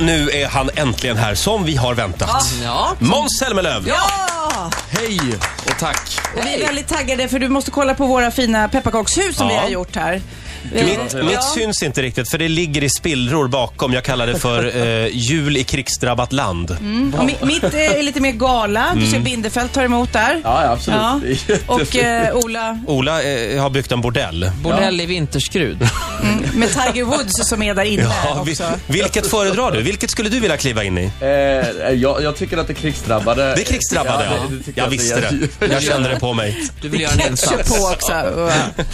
nu är han äntligen här, som vi har väntat. Ja. Måns Zelmerlöw! Ja! Hej och tack. Och vi är väldigt taggade för du måste kolla på våra fina pepparkakshus som Ja. vi har gjort här. Vi- Mitt, Ja. mitt syns inte riktigt, för det ligger i spillror bakom. Jag kallar det för eh, jul i krigsdrabbat land. Och mi- mitt eh, är lite mer gala. Du ser Bindefeld tar emot där. Ja, ja, absolut. Ja. Det är jättefint. Och eh, Ola Ola eh, har byggt en bordell. Bordell i vinterskrud. mm, med Tiger Woods som är där inne Ja, vi, också. vilket föredrar du? Vilket skulle du vilja kliva in i? Eh, jag, jag tycker att det krigsdrabbade... Det är krigsdrabbade, Ja, ja. det- det tycker Jag jag visste att det. det Jag kände det på mig. Du vill göra en Kör insats. på också. Och-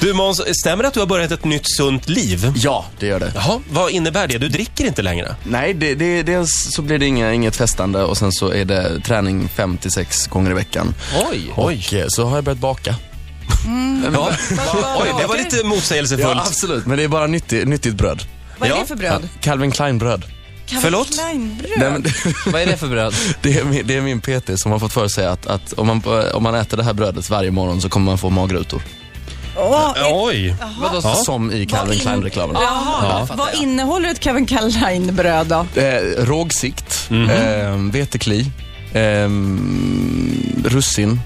Du Måns, stämmer det att du har börjat ett nytt sunt liv? Ja, det gör det. Jaha, vad innebär det? Du dricker inte längre? Nej, det, det, dels så blir det inga, inget festande och sen så är det träning 5-6 gånger i veckan. Oj. Och eh, så har jag börjat baka. Ja. Oj, det var lite Mm. Ja, motsägelsefullt. absolut. Men det är bara nyttig, nyttigt bröd. Vad är Ja. det för bröd? Calvin Klein-bröd. Förlåt? Nej, Kleinbröd? men det, Vad är det för bröd? det, är min, det är min PT som har fått för sig att, att om, man, om man äter det här brödet varje morgon så kommer man få magrutor. Åh, är- Oj. Vadå, Som i Calvin Klein-reklamen. Jaha, vad innehåller ett Kevin Klein-bröd då? Eh, rågsikt, eh, vetekli, eh, russin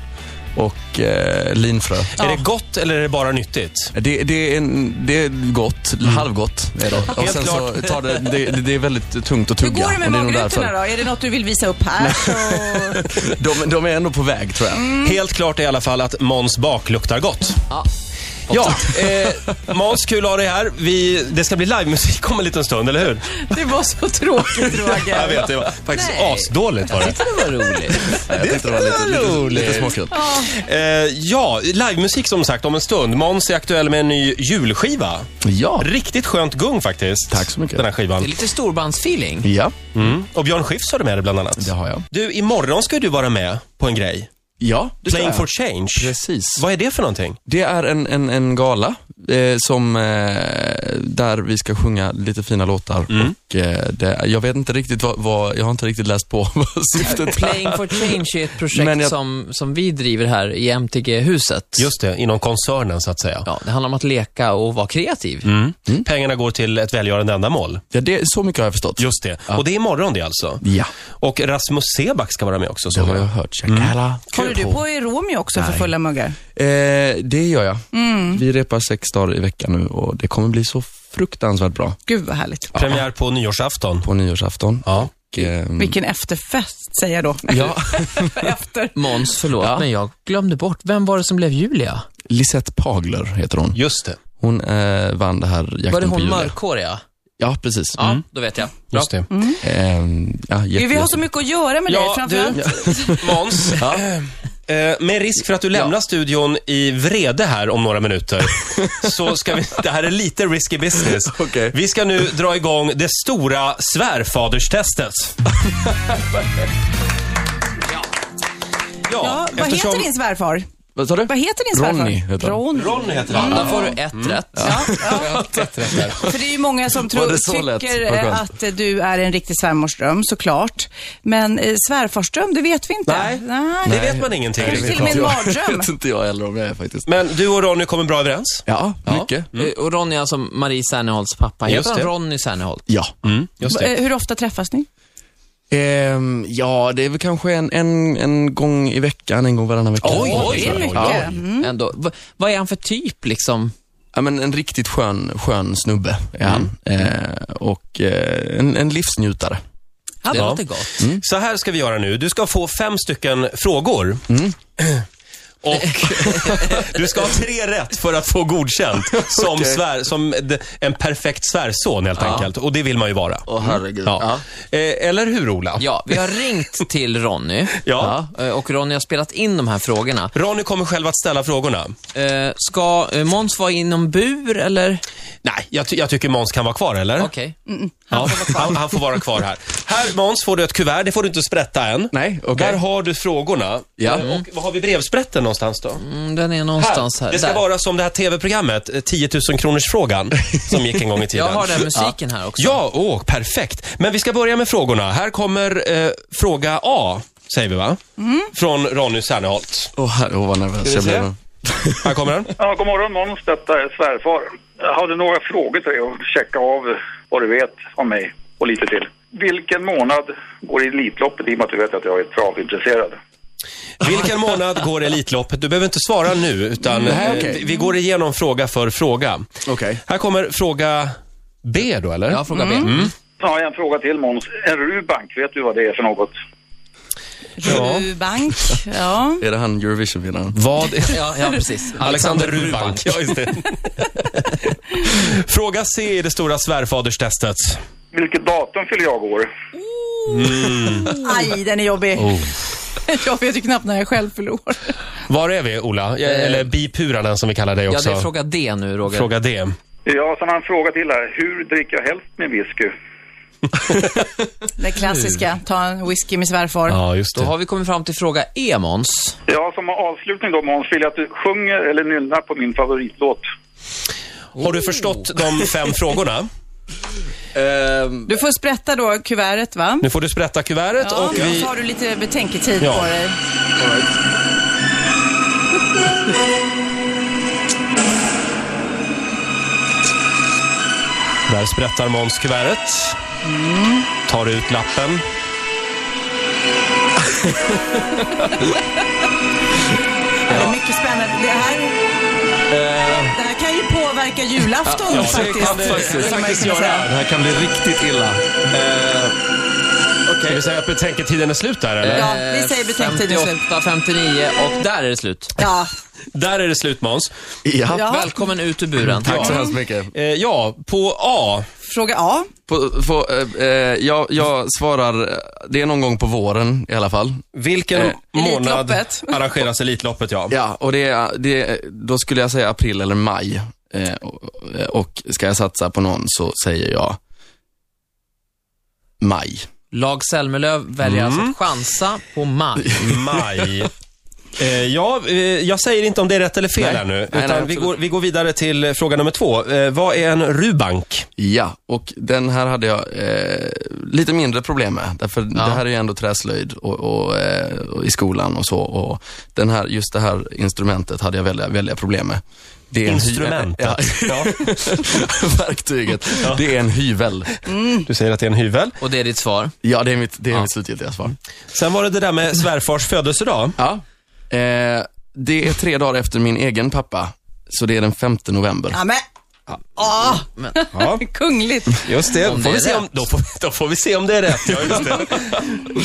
och eh, linfrö. Är det gott eller är det bara nyttigt? Det, det, är, en, det är gott, halvgott är det. Och Helt sen så klart. tar det, det, det är väldigt tungt att Hur tugga. går det med och det är nog magrutorna därför. då? Är det något du vill visa upp här? Så... De, de är ändå på väg tror jag. Helt klart i alla fall att Måns bak luktar gott. Ja. Ja, eh, Måns, kul att ha dig här. Vi, det ska bli livemusik om en liten stund, eller hur? Det var så tråkigt Roger. Jag vet, det var faktiskt Nej. asdåligt var det. Det var roligt. Jag tyckte det var lite, lite, lite roligt. småkul. Eh, ja, livemusik som sagt om en stund. Måns är aktuell med en ny julskiva. Ja. Riktigt skönt gung faktiskt. Tack så mycket. Den här Det är skivan. lite storbandsfeeling. ja, Mm. Och Björn Skifs har du med dig bland annat. det har jag. Du, imorgon ska du vara med på en grej. Ja, det ska Playing jag. for change. Precis. Vad är det för någonting? Det är en, en, en gala eh, som, eh, där vi ska sjunga lite fina låtar och eh, det, jag vet inte riktigt vad, vad, jag har inte riktigt läst på vad syftet är. Playing for change är ett projekt Men jag- som, som vi driver här i MTG-huset. Just det, inom koncernen så att säga. Ja, det handlar om att leka och vara kreativ. Mm. Pengarna går till ett välgörande ändamål. Ja, det, så mycket har jag förstått. Just det. Och det är imorgon det alltså. Ja, Och Rasmus Seback ska vara med också. det Så har jag hört. Chakala. Håller du på i Romeo också för fulla muggar? Eh, det gör Mm. jag. Vi repar sex dagar i veckan nu och det kommer bli så fruktansvärt bra Gud vad härligt. Premiär på nyårsafton. på nyårsafton. Ja. Och, ehm, Vilken efterfest säger jag då. ja, Efter. Måns, förlåt, men jag glömde bort. Vem var det som blev Julia? Lisette Pagler heter hon. Just det. Hon eh, vann det här jakten Var det på hon Julia. mörkhåriga? Ja, precis. Ja, då vet jag. Bra. Just det. Ehm, ja, Gud, jätte- vi har så mycket att göra med dig. Ja, Framförallt du, Måns. Eh, Med risk för att du lämnar studion i vrede här om några minuter, så ska vi... Det här är lite risky business. Okej. Vi ska nu dra igång det stora svärfaderstestet. Ja, vad heter din svärfar? Vad sa du? Vad heter din svärfar? Ronny heter han. Ronny. Ronny heter han. Där får du ett rätt. Ja, ja. För det är ju många som Var tror, det så lätt? tycker Vad eh, skönt. att eh, du är en riktig svärmorsdröm, såklart. Men eh, svärfarsdröm, det vet vi inte. Nej. Nej. Det vet man ingenting. Det är till och med en Jag mardröm. vet inte jag heller om jag är faktiskt. Men du och Ronny kommer bra överens. Ja, mycket. Eh, Och Ronny är alltså Marie Serneholts pappa. Just Heter han det. Ronny Serneholt? Ja. Just Eh, Hur ofta träffas ni? Ehm, ja, det är väl kanske en, en, en gång i veckan, en gång varannan vecka. Oj, Åh, oj, det är oj, mycket. oj. Mm. Ändå. V- vad är han för typ liksom? Ja, men en riktigt skön, skön snubbe är han. Eh, och eh, en, en livsnjutare. Det Ja. låter gott. Så här ska vi göra nu. Du ska få fem stycken frågor. Och du ska ha tre rätt för att få godkänt som, svär, som d- en perfekt svärson helt enkelt. Och det vill man ju vara. Åh herregud. Ja. Eh, eller hur Ola? Ja, vi har ringt till Ronny. Ja. Eh, Och Ronny har spelat in de här frågorna. Ronny kommer själv att ställa frågorna. Eh, Ska eh, Måns vara inom bur eller? Nej, jag, ty- jag tycker Måns kan vara kvar, eller? Okej. Ja, han, han får vara kvar här. Här Måns får du ett kuvert, det får du inte sprätta än. Nej, okej. Där har du frågorna. Ja. Eh, Och var har vi brevsprätten någonstans då? Mm, Den är någonstans här. Det ska Där. vara som det här tv-programmet, eh, 10 000 kronors frågan som gick en gång i tiden. Jag har den musiken här också. Ja, åh, perfekt. Men vi ska börja med frågorna. Här kommer eh, fråga A, säger vi va? Mm. Från Ronny Serneholt. Åh herregud, vad nervös Ska jag vi blev. Här kommer den. Ja, god morgon Måns, detta är svärfar. Jag hade några frågor till dig och checka av vad du vet om mig och lite till. Vilken månad går Elitloppet i och med att du vet att jag är travintresserad? Vilken månad går Elitloppet? Du behöver inte svara nu, utan Nej, eh, okej. vi- vi går igenom fråga för fråga. Okej. Här kommer fråga B då, eller? Ja, fråga B. Så har jag en fråga till Måns. En Rubank, vet du vad det är för något? Ja. Rubank, ja. Är det han Eurovision-vinnaren? Vad är... Ja, ja precis. Alexander Rubank. Ja, just det. Fråga C i det stora svärfaderstestet. Vilket datum fyller jag år? Aj, den är jobbig. Oh. Jag vet ju knappt när jag själv förlorar. Var är vi, Ola? Ja, Eller Bipuranen som vi kallar dig Ja, också. det är fråga D nu, Roger. fråga D. Ja, sen har jag en fråga till här. Hur dricker jag helst min whisky? Det klassiska, ta en whisky med svärfar. Ja, just Då det. har vi kommit fram till fråga E, Måns. Ja, som avslutning då Måns, vill jag att du sjunger eller nynnar på min favoritlåt. Har du förstått de fem frågorna? Ehm, Du får sprätta då kuvertet, va? Nu får du sprätta kuvertet Ja, och vi... så har du lite betänketid Ja. på dig. Där sprättar Måns kuvertet. Tar ut lappen. Ja. Det är mycket spännande. Det här, det här kan ju påverka julafton Eh. Ja, det faktiskt. kan det skulle man ju faktiskt kunna göra. säga. Det här kan bli riktigt illa. Eh, Ska vi säga att betänketiden är slut där, eller? Ja, vi säger Eh, betänktiden slut. 58, 59 Eh, och där är det slut. Ja, Där är det slut, Måns. ja. Ja. Välkommen ut ur Mm, buren. Tack så hemskt mycket. Eh, ja, på A. fråga A. På, på, eh, eh, jag, jag svarar, eh, det är någon gång på våren i alla fall. Vilken månad Elitloppet. arrangeras Elitloppet? Eh, Ja. Ja, och det, är- det, är- då skulle jag säga april eller maj. Eh, och, eh, och ska jag satsa på någon så säger jag maj. Lag Selmelöv väljer Mm. alltså att chansa på maj. Maj. Eh, ja, eh, jag säger inte om det är rätt eller fel Nej. här nu, Nej, utan nej, vi, absolut. går, vi går vidare till eh, fråga nummer två. Eh, vad är en rubank? Ja, och den här hade jag eh, lite mindre problem med. Därför det här är ju ändå träslöjd och, och, eh, och i skolan och så. Och den här, just det här instrumentet hade jag väldiga, väldiga problem med. Det är en hy- Instrumentet. Ja, Ja. verktyget. Det är en hyvel. Du säger att det är en hyvel. Och det är ditt svar. Ja, det är mitt, det är mitt slutgiltiga svar. Sen var det det där med svärfars födelsedag. Ja. Eh, det är tre dagar efter min egen pappa, så det är den 5 november. Ja, men. Ah, Ja, kungligt. just det. får Om det vi är se om, rätt. då, får, då får vi se om det är rätt. Ja, just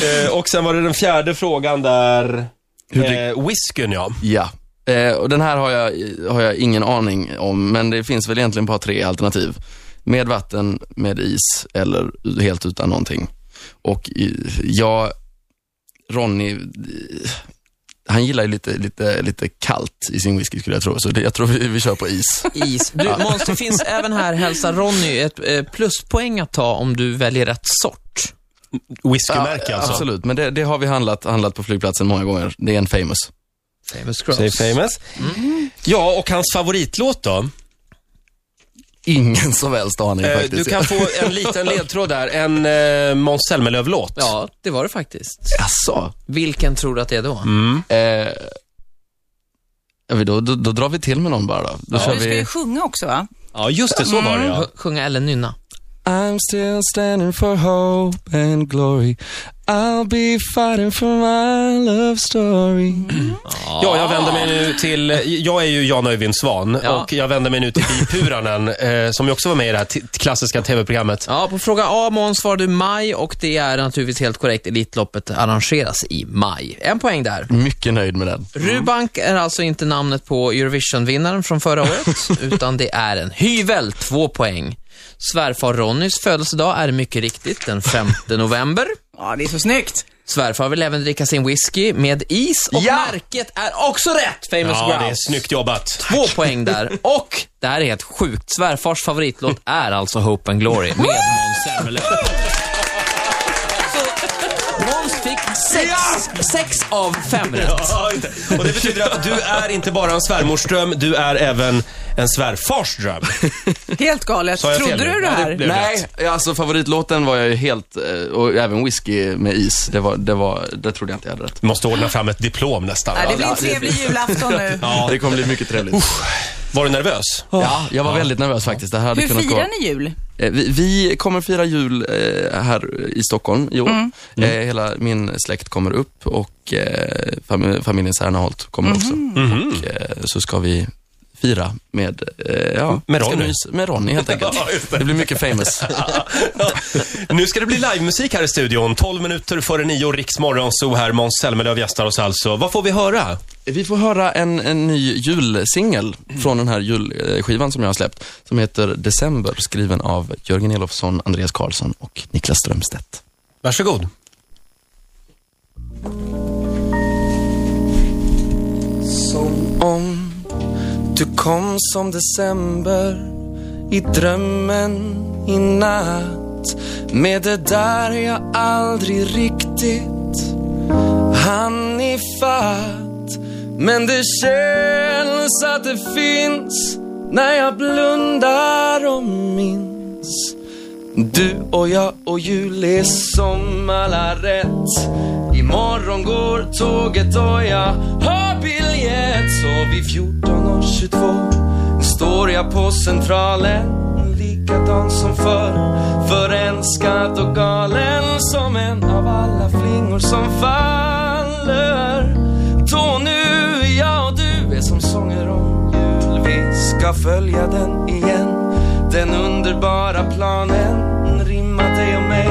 det. eh, och sen var det den fjärde frågan där. Eh, whiskyn, ja. Ja. Eh, och den här har jag, har jag ingen aning om, men det finns väl egentligen bara tre alternativ. Med vatten, med is eller helt utan någonting. Och eh, jag, Ronny, eh, han gillar ju lite, lite, lite kallt i sin whisky skulle jag tro, så det, jag tror vi, vi kör på is. Is. Du, Måns, det finns även här, hälsa Ronny, ett eh, pluspoäng att ta om du väljer rätt sort. Whiskymärke, alltså. Absolut, men det, det har vi handlat, handlat på flygplatsen många gånger. Det är en famous. Famous Say famous. Mm. Ja, och hans favoritlåt då? Ingen som helst aning Eh, faktiskt. du kan få en liten ledtråd där. En eh, Måns Zelmerlöw-låt. Ja, det var det faktiskt. Jaså? Vilken tror du att det är då? Eh, ja, men då, då, då drar vi till med någon bara då. Då kör Du ska vi... ju sjunga också, va? Ja, just det. Så var det, ja. Sj- Sjunga eller nynna? I'm still standing for hope and glory I'll be fighting for my love story Ja, jag vänder mig nu till... Jag är ju Jan Öyvind Svan Ja. och jag vänder mig nu till Bipuranen eh, som ju också var med i det här t- klassiska tv-programmet. Ja, på fråga A, Måns, svarade du maj och det är naturligtvis helt korrekt. Elitloppet arrangeras i maj. En poäng där. Mycket nöjd med den. Rubank är alltså inte namnet på Eurovision-vinnaren från förra året, utan det är en hyvel, två poäng. Svärfar Ronnys födelsedag är mycket riktigt den 5 november. Ja, det är så snyggt. Svärfar vill även dricka sin whisky med is och Ja! märket är också rätt, Famous Ja, Grouse. det är snyggt jobbat. Två poäng där. Och, det här är helt sjukt, svärfars favoritlåt är alltså Hope and Glory med Måns Zelmerlöw. Så, Måns fick sex, sex av fem rätt. Ja, just det. Och det betyder att du är inte bara en svärmors dröm, du är även en svärfars dröm. Helt galet. Sa jag fel Trodde nu? du det Ja, här? det blev- Nej, alltså favoritlåten var jag ju helt, eh, och även whisky med is, det var, det var, det trodde jag inte jag hade rätt. Du måste ordna fram ett diplom nästan. Nej, va? det blir en trevlig julafton nu. Ja. Det kommer bli mycket trevligt. Var du nervös? Ja, jag var väldigt nervös faktiskt. Det här hade Hur kunnat gå... firar ni jul? Eh, Vi, vi kommer fira jul eh, här i Stockholm i år. Mm. Eh, hela min släkt kommer upp och eh, fam familjen Serneholt kommer Mm-hmm. också. Och, eh, så ska vi fira med, eh, ja, Med ska Ronny. mys- med Ronny helt enkelt. Ja, just det. det. blir mycket famous. Nu ska det bli livemusik här i studion. 12 minuter före nio, Riks Morgonzoo här. Måns Zelmerlöw gästar oss alltså. Vad får vi höra? Vi får höra en, en ny julsingel från den här julskivan som jag har släppt, som heter December, skriven av Jörgen Elofsson, Andreas Karlsson och Niklas Strömstedt. Varsågod. Som om du kom som december i drömmen i natt Med det där jag aldrig riktigt hann ifatt Men det känns att det finns när jag blundar och minns du och jag och jul är som alla rätt Imorgon går tåget och jag har biljett Så vid 14.22 står jag på Centralen Likadan som förr Förälskad och galen som en av alla flingor som faller Då nu jag och du är som sånger om jul Vi ska följa den igen Den underbara planen Rimma dig och mig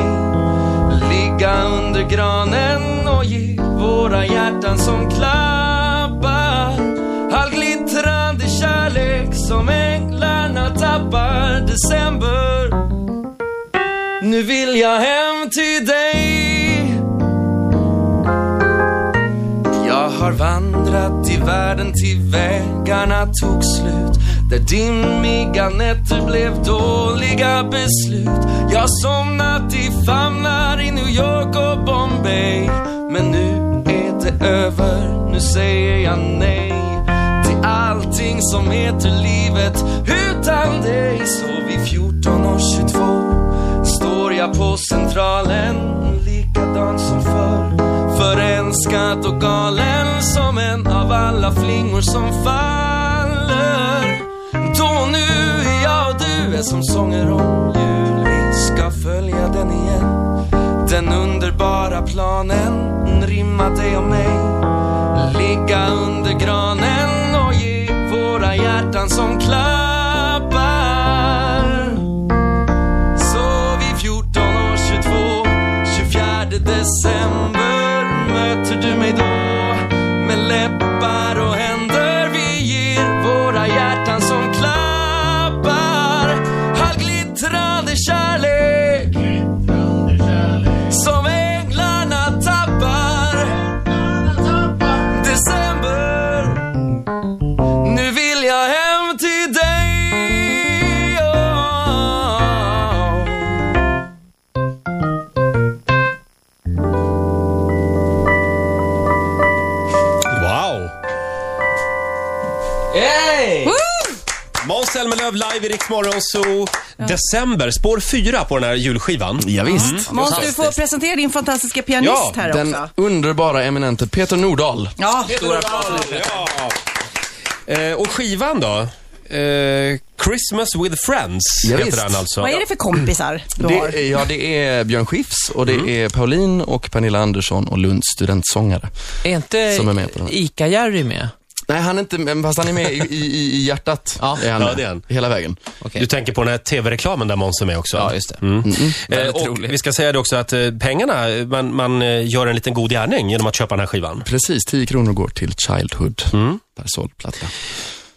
Ligga under granen och ge våra hjärtan som klappar All glittrande kärlek som änglarna tappar December Nu vill jag hem till dig jag har vandrat i världen till vägarna tog slut Där dimmiga nätter blev dåliga beslut Jag har somnat i famnar i New York och Bombay Men nu är det över, nu säger jag nej Till allting som heter livet utan dig Så vid 14.22 står jag på Centralen likadan som förr Förälskad och galen som en av alla flingor som faller Då nu är jag och du är som sånger om jul Vi ska följa den igen Den underbara planen Rimma dig och mig Ligga under granen och ge våra hjärtan som klappar så vid 14 år 22, 24 december möter du mig då med läppar och händer. Vi ger våra hjärtan som klappar all glittrande kärlek som änglarna tappar. December nu vill jag hem till dig oh. Wow! Yay! Måns Zelmerlöw live i Riks Morgonzoo. December, spår fyra på den här julskivan. Ja, visst. Måns, du får presentera din fantastiska pianist Mm. här den också. underbara eminente Peter Nordahl. Ja, Eh, och skivan då? Eh, Christmas with Friends Ja, heter visst. den alltså. vad är det för kompisar du Det har? är, ja, det är Björn Skifs och Mm. det är Pauline och Pernilla Andersson och Lunds studentsångare. Är inte Som är med på den här. Ica-Jerry med? Nej, han är inte men fast han är med i, i, i- i hjärtat. Ja, han ja, med. det är han. Hela vägen. Du tänker på den här tv-reklamen där Måns är med också? Ja, just det. Mm. Eh, Väldigt och rolig. vi ska säga det också att eh, pengarna, eh, man, man eh, gör en liten god gärning genom att köpa den här skivan. Precis, 10 kronor går till Childhood Mm. per såld platta.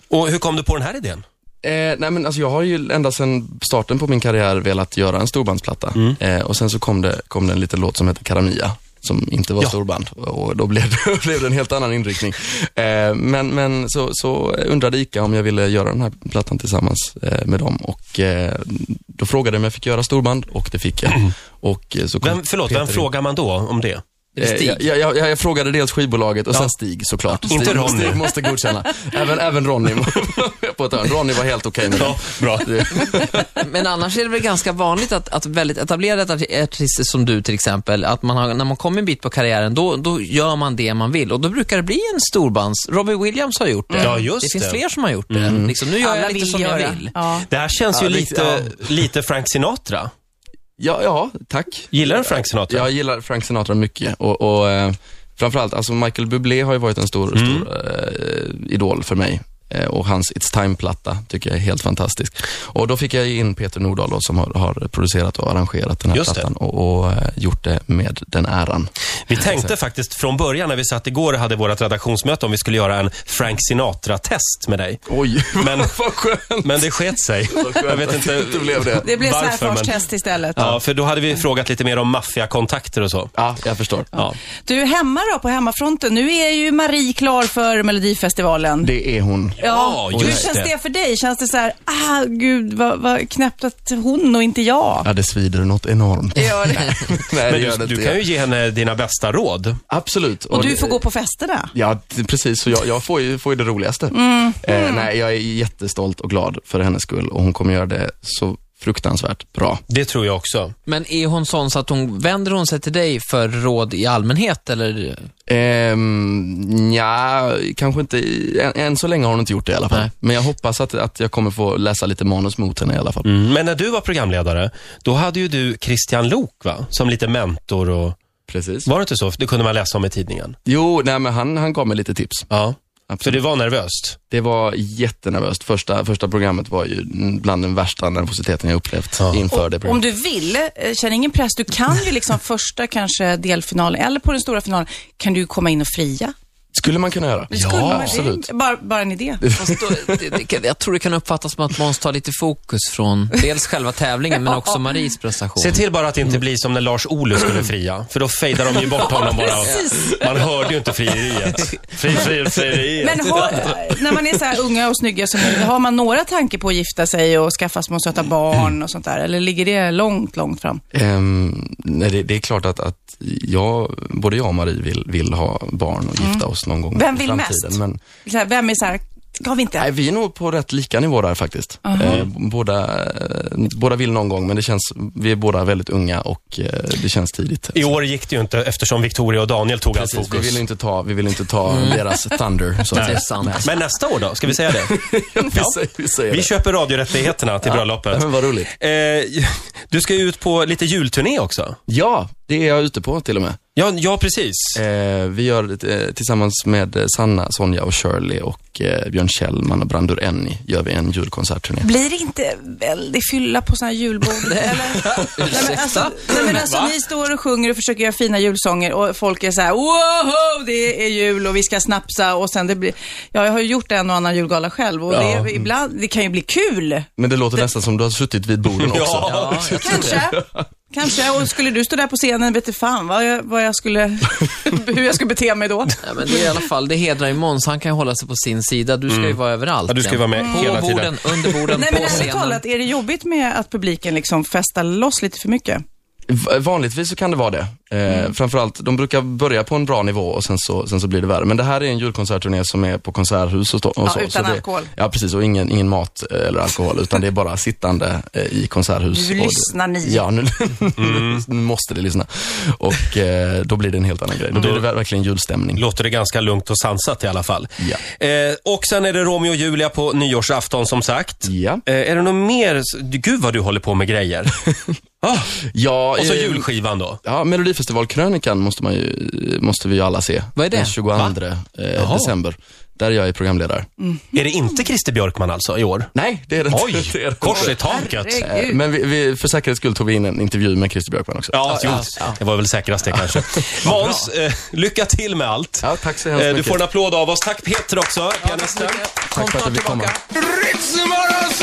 Och hur kom du på den här idén? Eh, nej men alltså jag har ju ända sedan starten på min karriär velat göra en storbandsplatta. Mm. Eh, och sen så kom det, kom det en liten låt som heter Karamia, som inte var storband. Och då blev det, blev det en helt annan inriktning. Eh, men men så, så undrade Ica om jag ville göra den här plattan tillsammans eh, med dem. Och eh, då frågade de om jag fick göra storband och det fick jag. Och eh, så kom Mm. Vem, förlåt, Peter vem in. frågar man då om det? Är det Stig? Eh, Jag, jag, jag, jag frågade dels skivbolaget och sen Stig såklart. Stig, Inte Ronny. Stig måste godkänna. Även, även Ronny var på ett hörn. Ronny var helt okej med det. Ja, bra. Men annars är det väl ganska vanligt att, att väldigt etablerade arti- artister som du till exempel, att man har, när man kommer en bit på karriären, då, då gör man det man vill och då brukar det bli en storbands. Robbie Williams har gjort det. Ja, just det finns det. fler som har gjort det. Mm. Liksom, nu gör Alla jag lite vill som göra. jag vill. Ja. Det här känns ju Ja, lite, lite- lite Frank Sinatra. Ja, ja, tack. Gillar du Frank Sinatra? Jag gillar Frank Sinatra mycket och, och eh, framförallt, alltså Michael Bublé har ju varit en stor, Mm. stor eh, idol för mig. Eh, och hans It's Time-platta tycker jag är helt fantastisk. Och då fick jag ju in Peter Nordahl då, som har, har producerat och arrangerat den här Just det. plattan och, och eh, gjort det med den äran. Vi tänkte faktiskt från början när vi satt igår och hade vårt redaktionsmöte om vi skulle göra en Frank Sinatra-test med dig. Oj, Men- vad skönt. Men det sket sig. Jag vet inte Det blev det. Det blev Varför, svärfarstest istället. Ja, för då hade vi frågat lite mer om maffiakontakter och så. Ja, jag förstår. Ja. Du, hemma då, på hemmafronten. Nu är ju Marie klar för Melodifestivalen. Det är hon. Ja, Hur just känns det. det. för dig? Känns det så här, ah gud vad, vad knäppt att hon och inte jag? Ja, det svider något enormt. Gör det. Nej, Men det gör du, det du inte. kan ju ge henne dina bästa råd. Absolut. Och du det- får gå på festerna. Ja, t- precis. Så jag, jag får, ju, får ju det roligaste. Mm. Eh, nej, jag är jättestolt och glad för hennes skull och hon kommer göra det så fruktansvärt bra. Det tror jag också. Men är hon sån så att hon vänder hon sig till dig för råd i allmänhet eller? Ehm, ja, kanske inte, i- än, än så länge har hon inte gjort det i alla fall. Nej. Men jag hoppas att, att jag kommer få läsa lite manus mot henne i alla fall. Mm. Men när du var programledare, då hade ju du Christian Lok va? Som lite mentor och... Precis. Var det inte så? Det kunde man läsa om i tidningen. Jo, nej men han, han gav mig lite tips. Ja. Så Absolut. det var nervöst? Det var jättenervöst. Första, första programmet var ju bland den värsta nervositeten jag upplevt Ja. inför det Om programmet. du vill, eh, känn ingen press. Du kan ju liksom första kanske delfinalen, eller på den stora finalen, kan du ju komma in och fria. Skulle man kunna göra. Det skulle man- det är absolut. Bara, bara en idé. Fast då, det, det, kan- jag tror det kan uppfattas som att Måns tar lite fokus från dels själva tävlingen men också Maries prestation. Se till bara att det Mm. inte blir som när Lars Ohly skulle fria. För då fejdar de ju bort honom bara. Man hörde ju inte frieriet. Fri, fri, frieriet. Men har, när man är så här unga och snygga som ni, har man några tankar på att gifta sig och skaffa små söta barn och sånt där? Eller ligger det långt, långt fram? Ehm, nej, det, det är klart att, att jag, både jag och Marie vill, vill ha barn och gifta oss någon gång Mm. Vem i vill framtiden. mest? Men, Så här, vem är så här, ska vi inte? nej, vi är nog på rätt lika nivå där faktiskt. Eh, båda, eh, båda vill någon gång, men det känns, vi är båda väldigt unga och eh, det känns tidigt. I år gick det ju inte eftersom Victoria och Daniel tog allt Precis, vi fokus. Mm. vill inte ta, vi vill inte ta deras thunder, så att Det är säga. sant. Alltså. Men nästa år då? Ska vi säga det? Vi säger, vi säger Vi det. köper radiorättigheterna till bröllopet. Men vad roligt. Eh, du ska ju ut på lite julturné också. Ja, det är jag ute på till och med. Ja, ja precis. Eh, vi gör det eh, tillsammans med eh, Sanna, Sonja och Shirley och eh, Björn Kjellman och Brandur Enni gör vi en julkonsertturné. Blir det inte väldigt fylla på sådana här julbord? Eller? Nej, men alltså, nej, men alltså ni står och sjunger och försöker göra fina julsånger och folk är så här, wow, det är jul och vi ska snapsa och sen det blir, ja, jag har ju gjort en och annan julgala själv och det, är- ibland, det kan ju bli kul. Men det låter nästan som du har suttit vid borden också. Ja. Kanske. Kanske. Och skulle du stå där på scenen, vet du fan vad jag, vad jag skulle, hur jag skulle bete mig då. Ja, men det är i alla fall, det hedrar ju Måns. Han kan ju hålla sig på sin sida. Du ska ju vara Mm. överallt. Ja, du ska ju vara med på hela tiden. borden, under borden, Nej på men ärligt scenen. talat, är det jobbigt med att publiken liksom festar loss lite för mycket? V- Vanligtvis så kan det vara det. Eh, Mm. Framförallt, de brukar börja på en bra nivå och sen så, sen så blir det värre. Men det här är en julkonsertturné som är på konserthus och, stå, och Ja, så. utan så det, alkohol. Ja, precis. Och ingen, ingen mat eh, eller alkohol, utan det är bara sittande eh, i konserthus. Nu Och- lyssnar ni. Mm. Ja, nu, nu måste det lyssna. Och eh, då blir det en helt annan grej. Då blir det ver- verkligen julstämning. Låter det ganska lugnt och sansat i alla fall. Ja. Eh, och sen är det Romeo och Julia på nyårsafton som sagt. Ja. Eh, är det något mer? Gud vad du håller på med grejer. ah, Ja, och så eh, julskivan då. Ja, Melodifestivalkrönikan måste, man ju, måste vi ju alla se. Vad är det? Den 22 eh, Jaha. Mm. december. Där är jag är programledare. Är det inte Christer Björkman alltså i år? Nej, det är det inte. Oj, Det är det inte. kors i taket. Herregud. Eh, Men vi, vi, för säkerhets skull tog vi in en intervju med Christer Björkman också. Ja, Alltså, jo, det var väl säkrast det kanske. Måns, eh, lycka till med allt. Ja, tack så hemskt Eh, Du mycket. får en applåd av oss. Tack Peter också, pianisten. Tack för att du fick komma. Ritzmorgon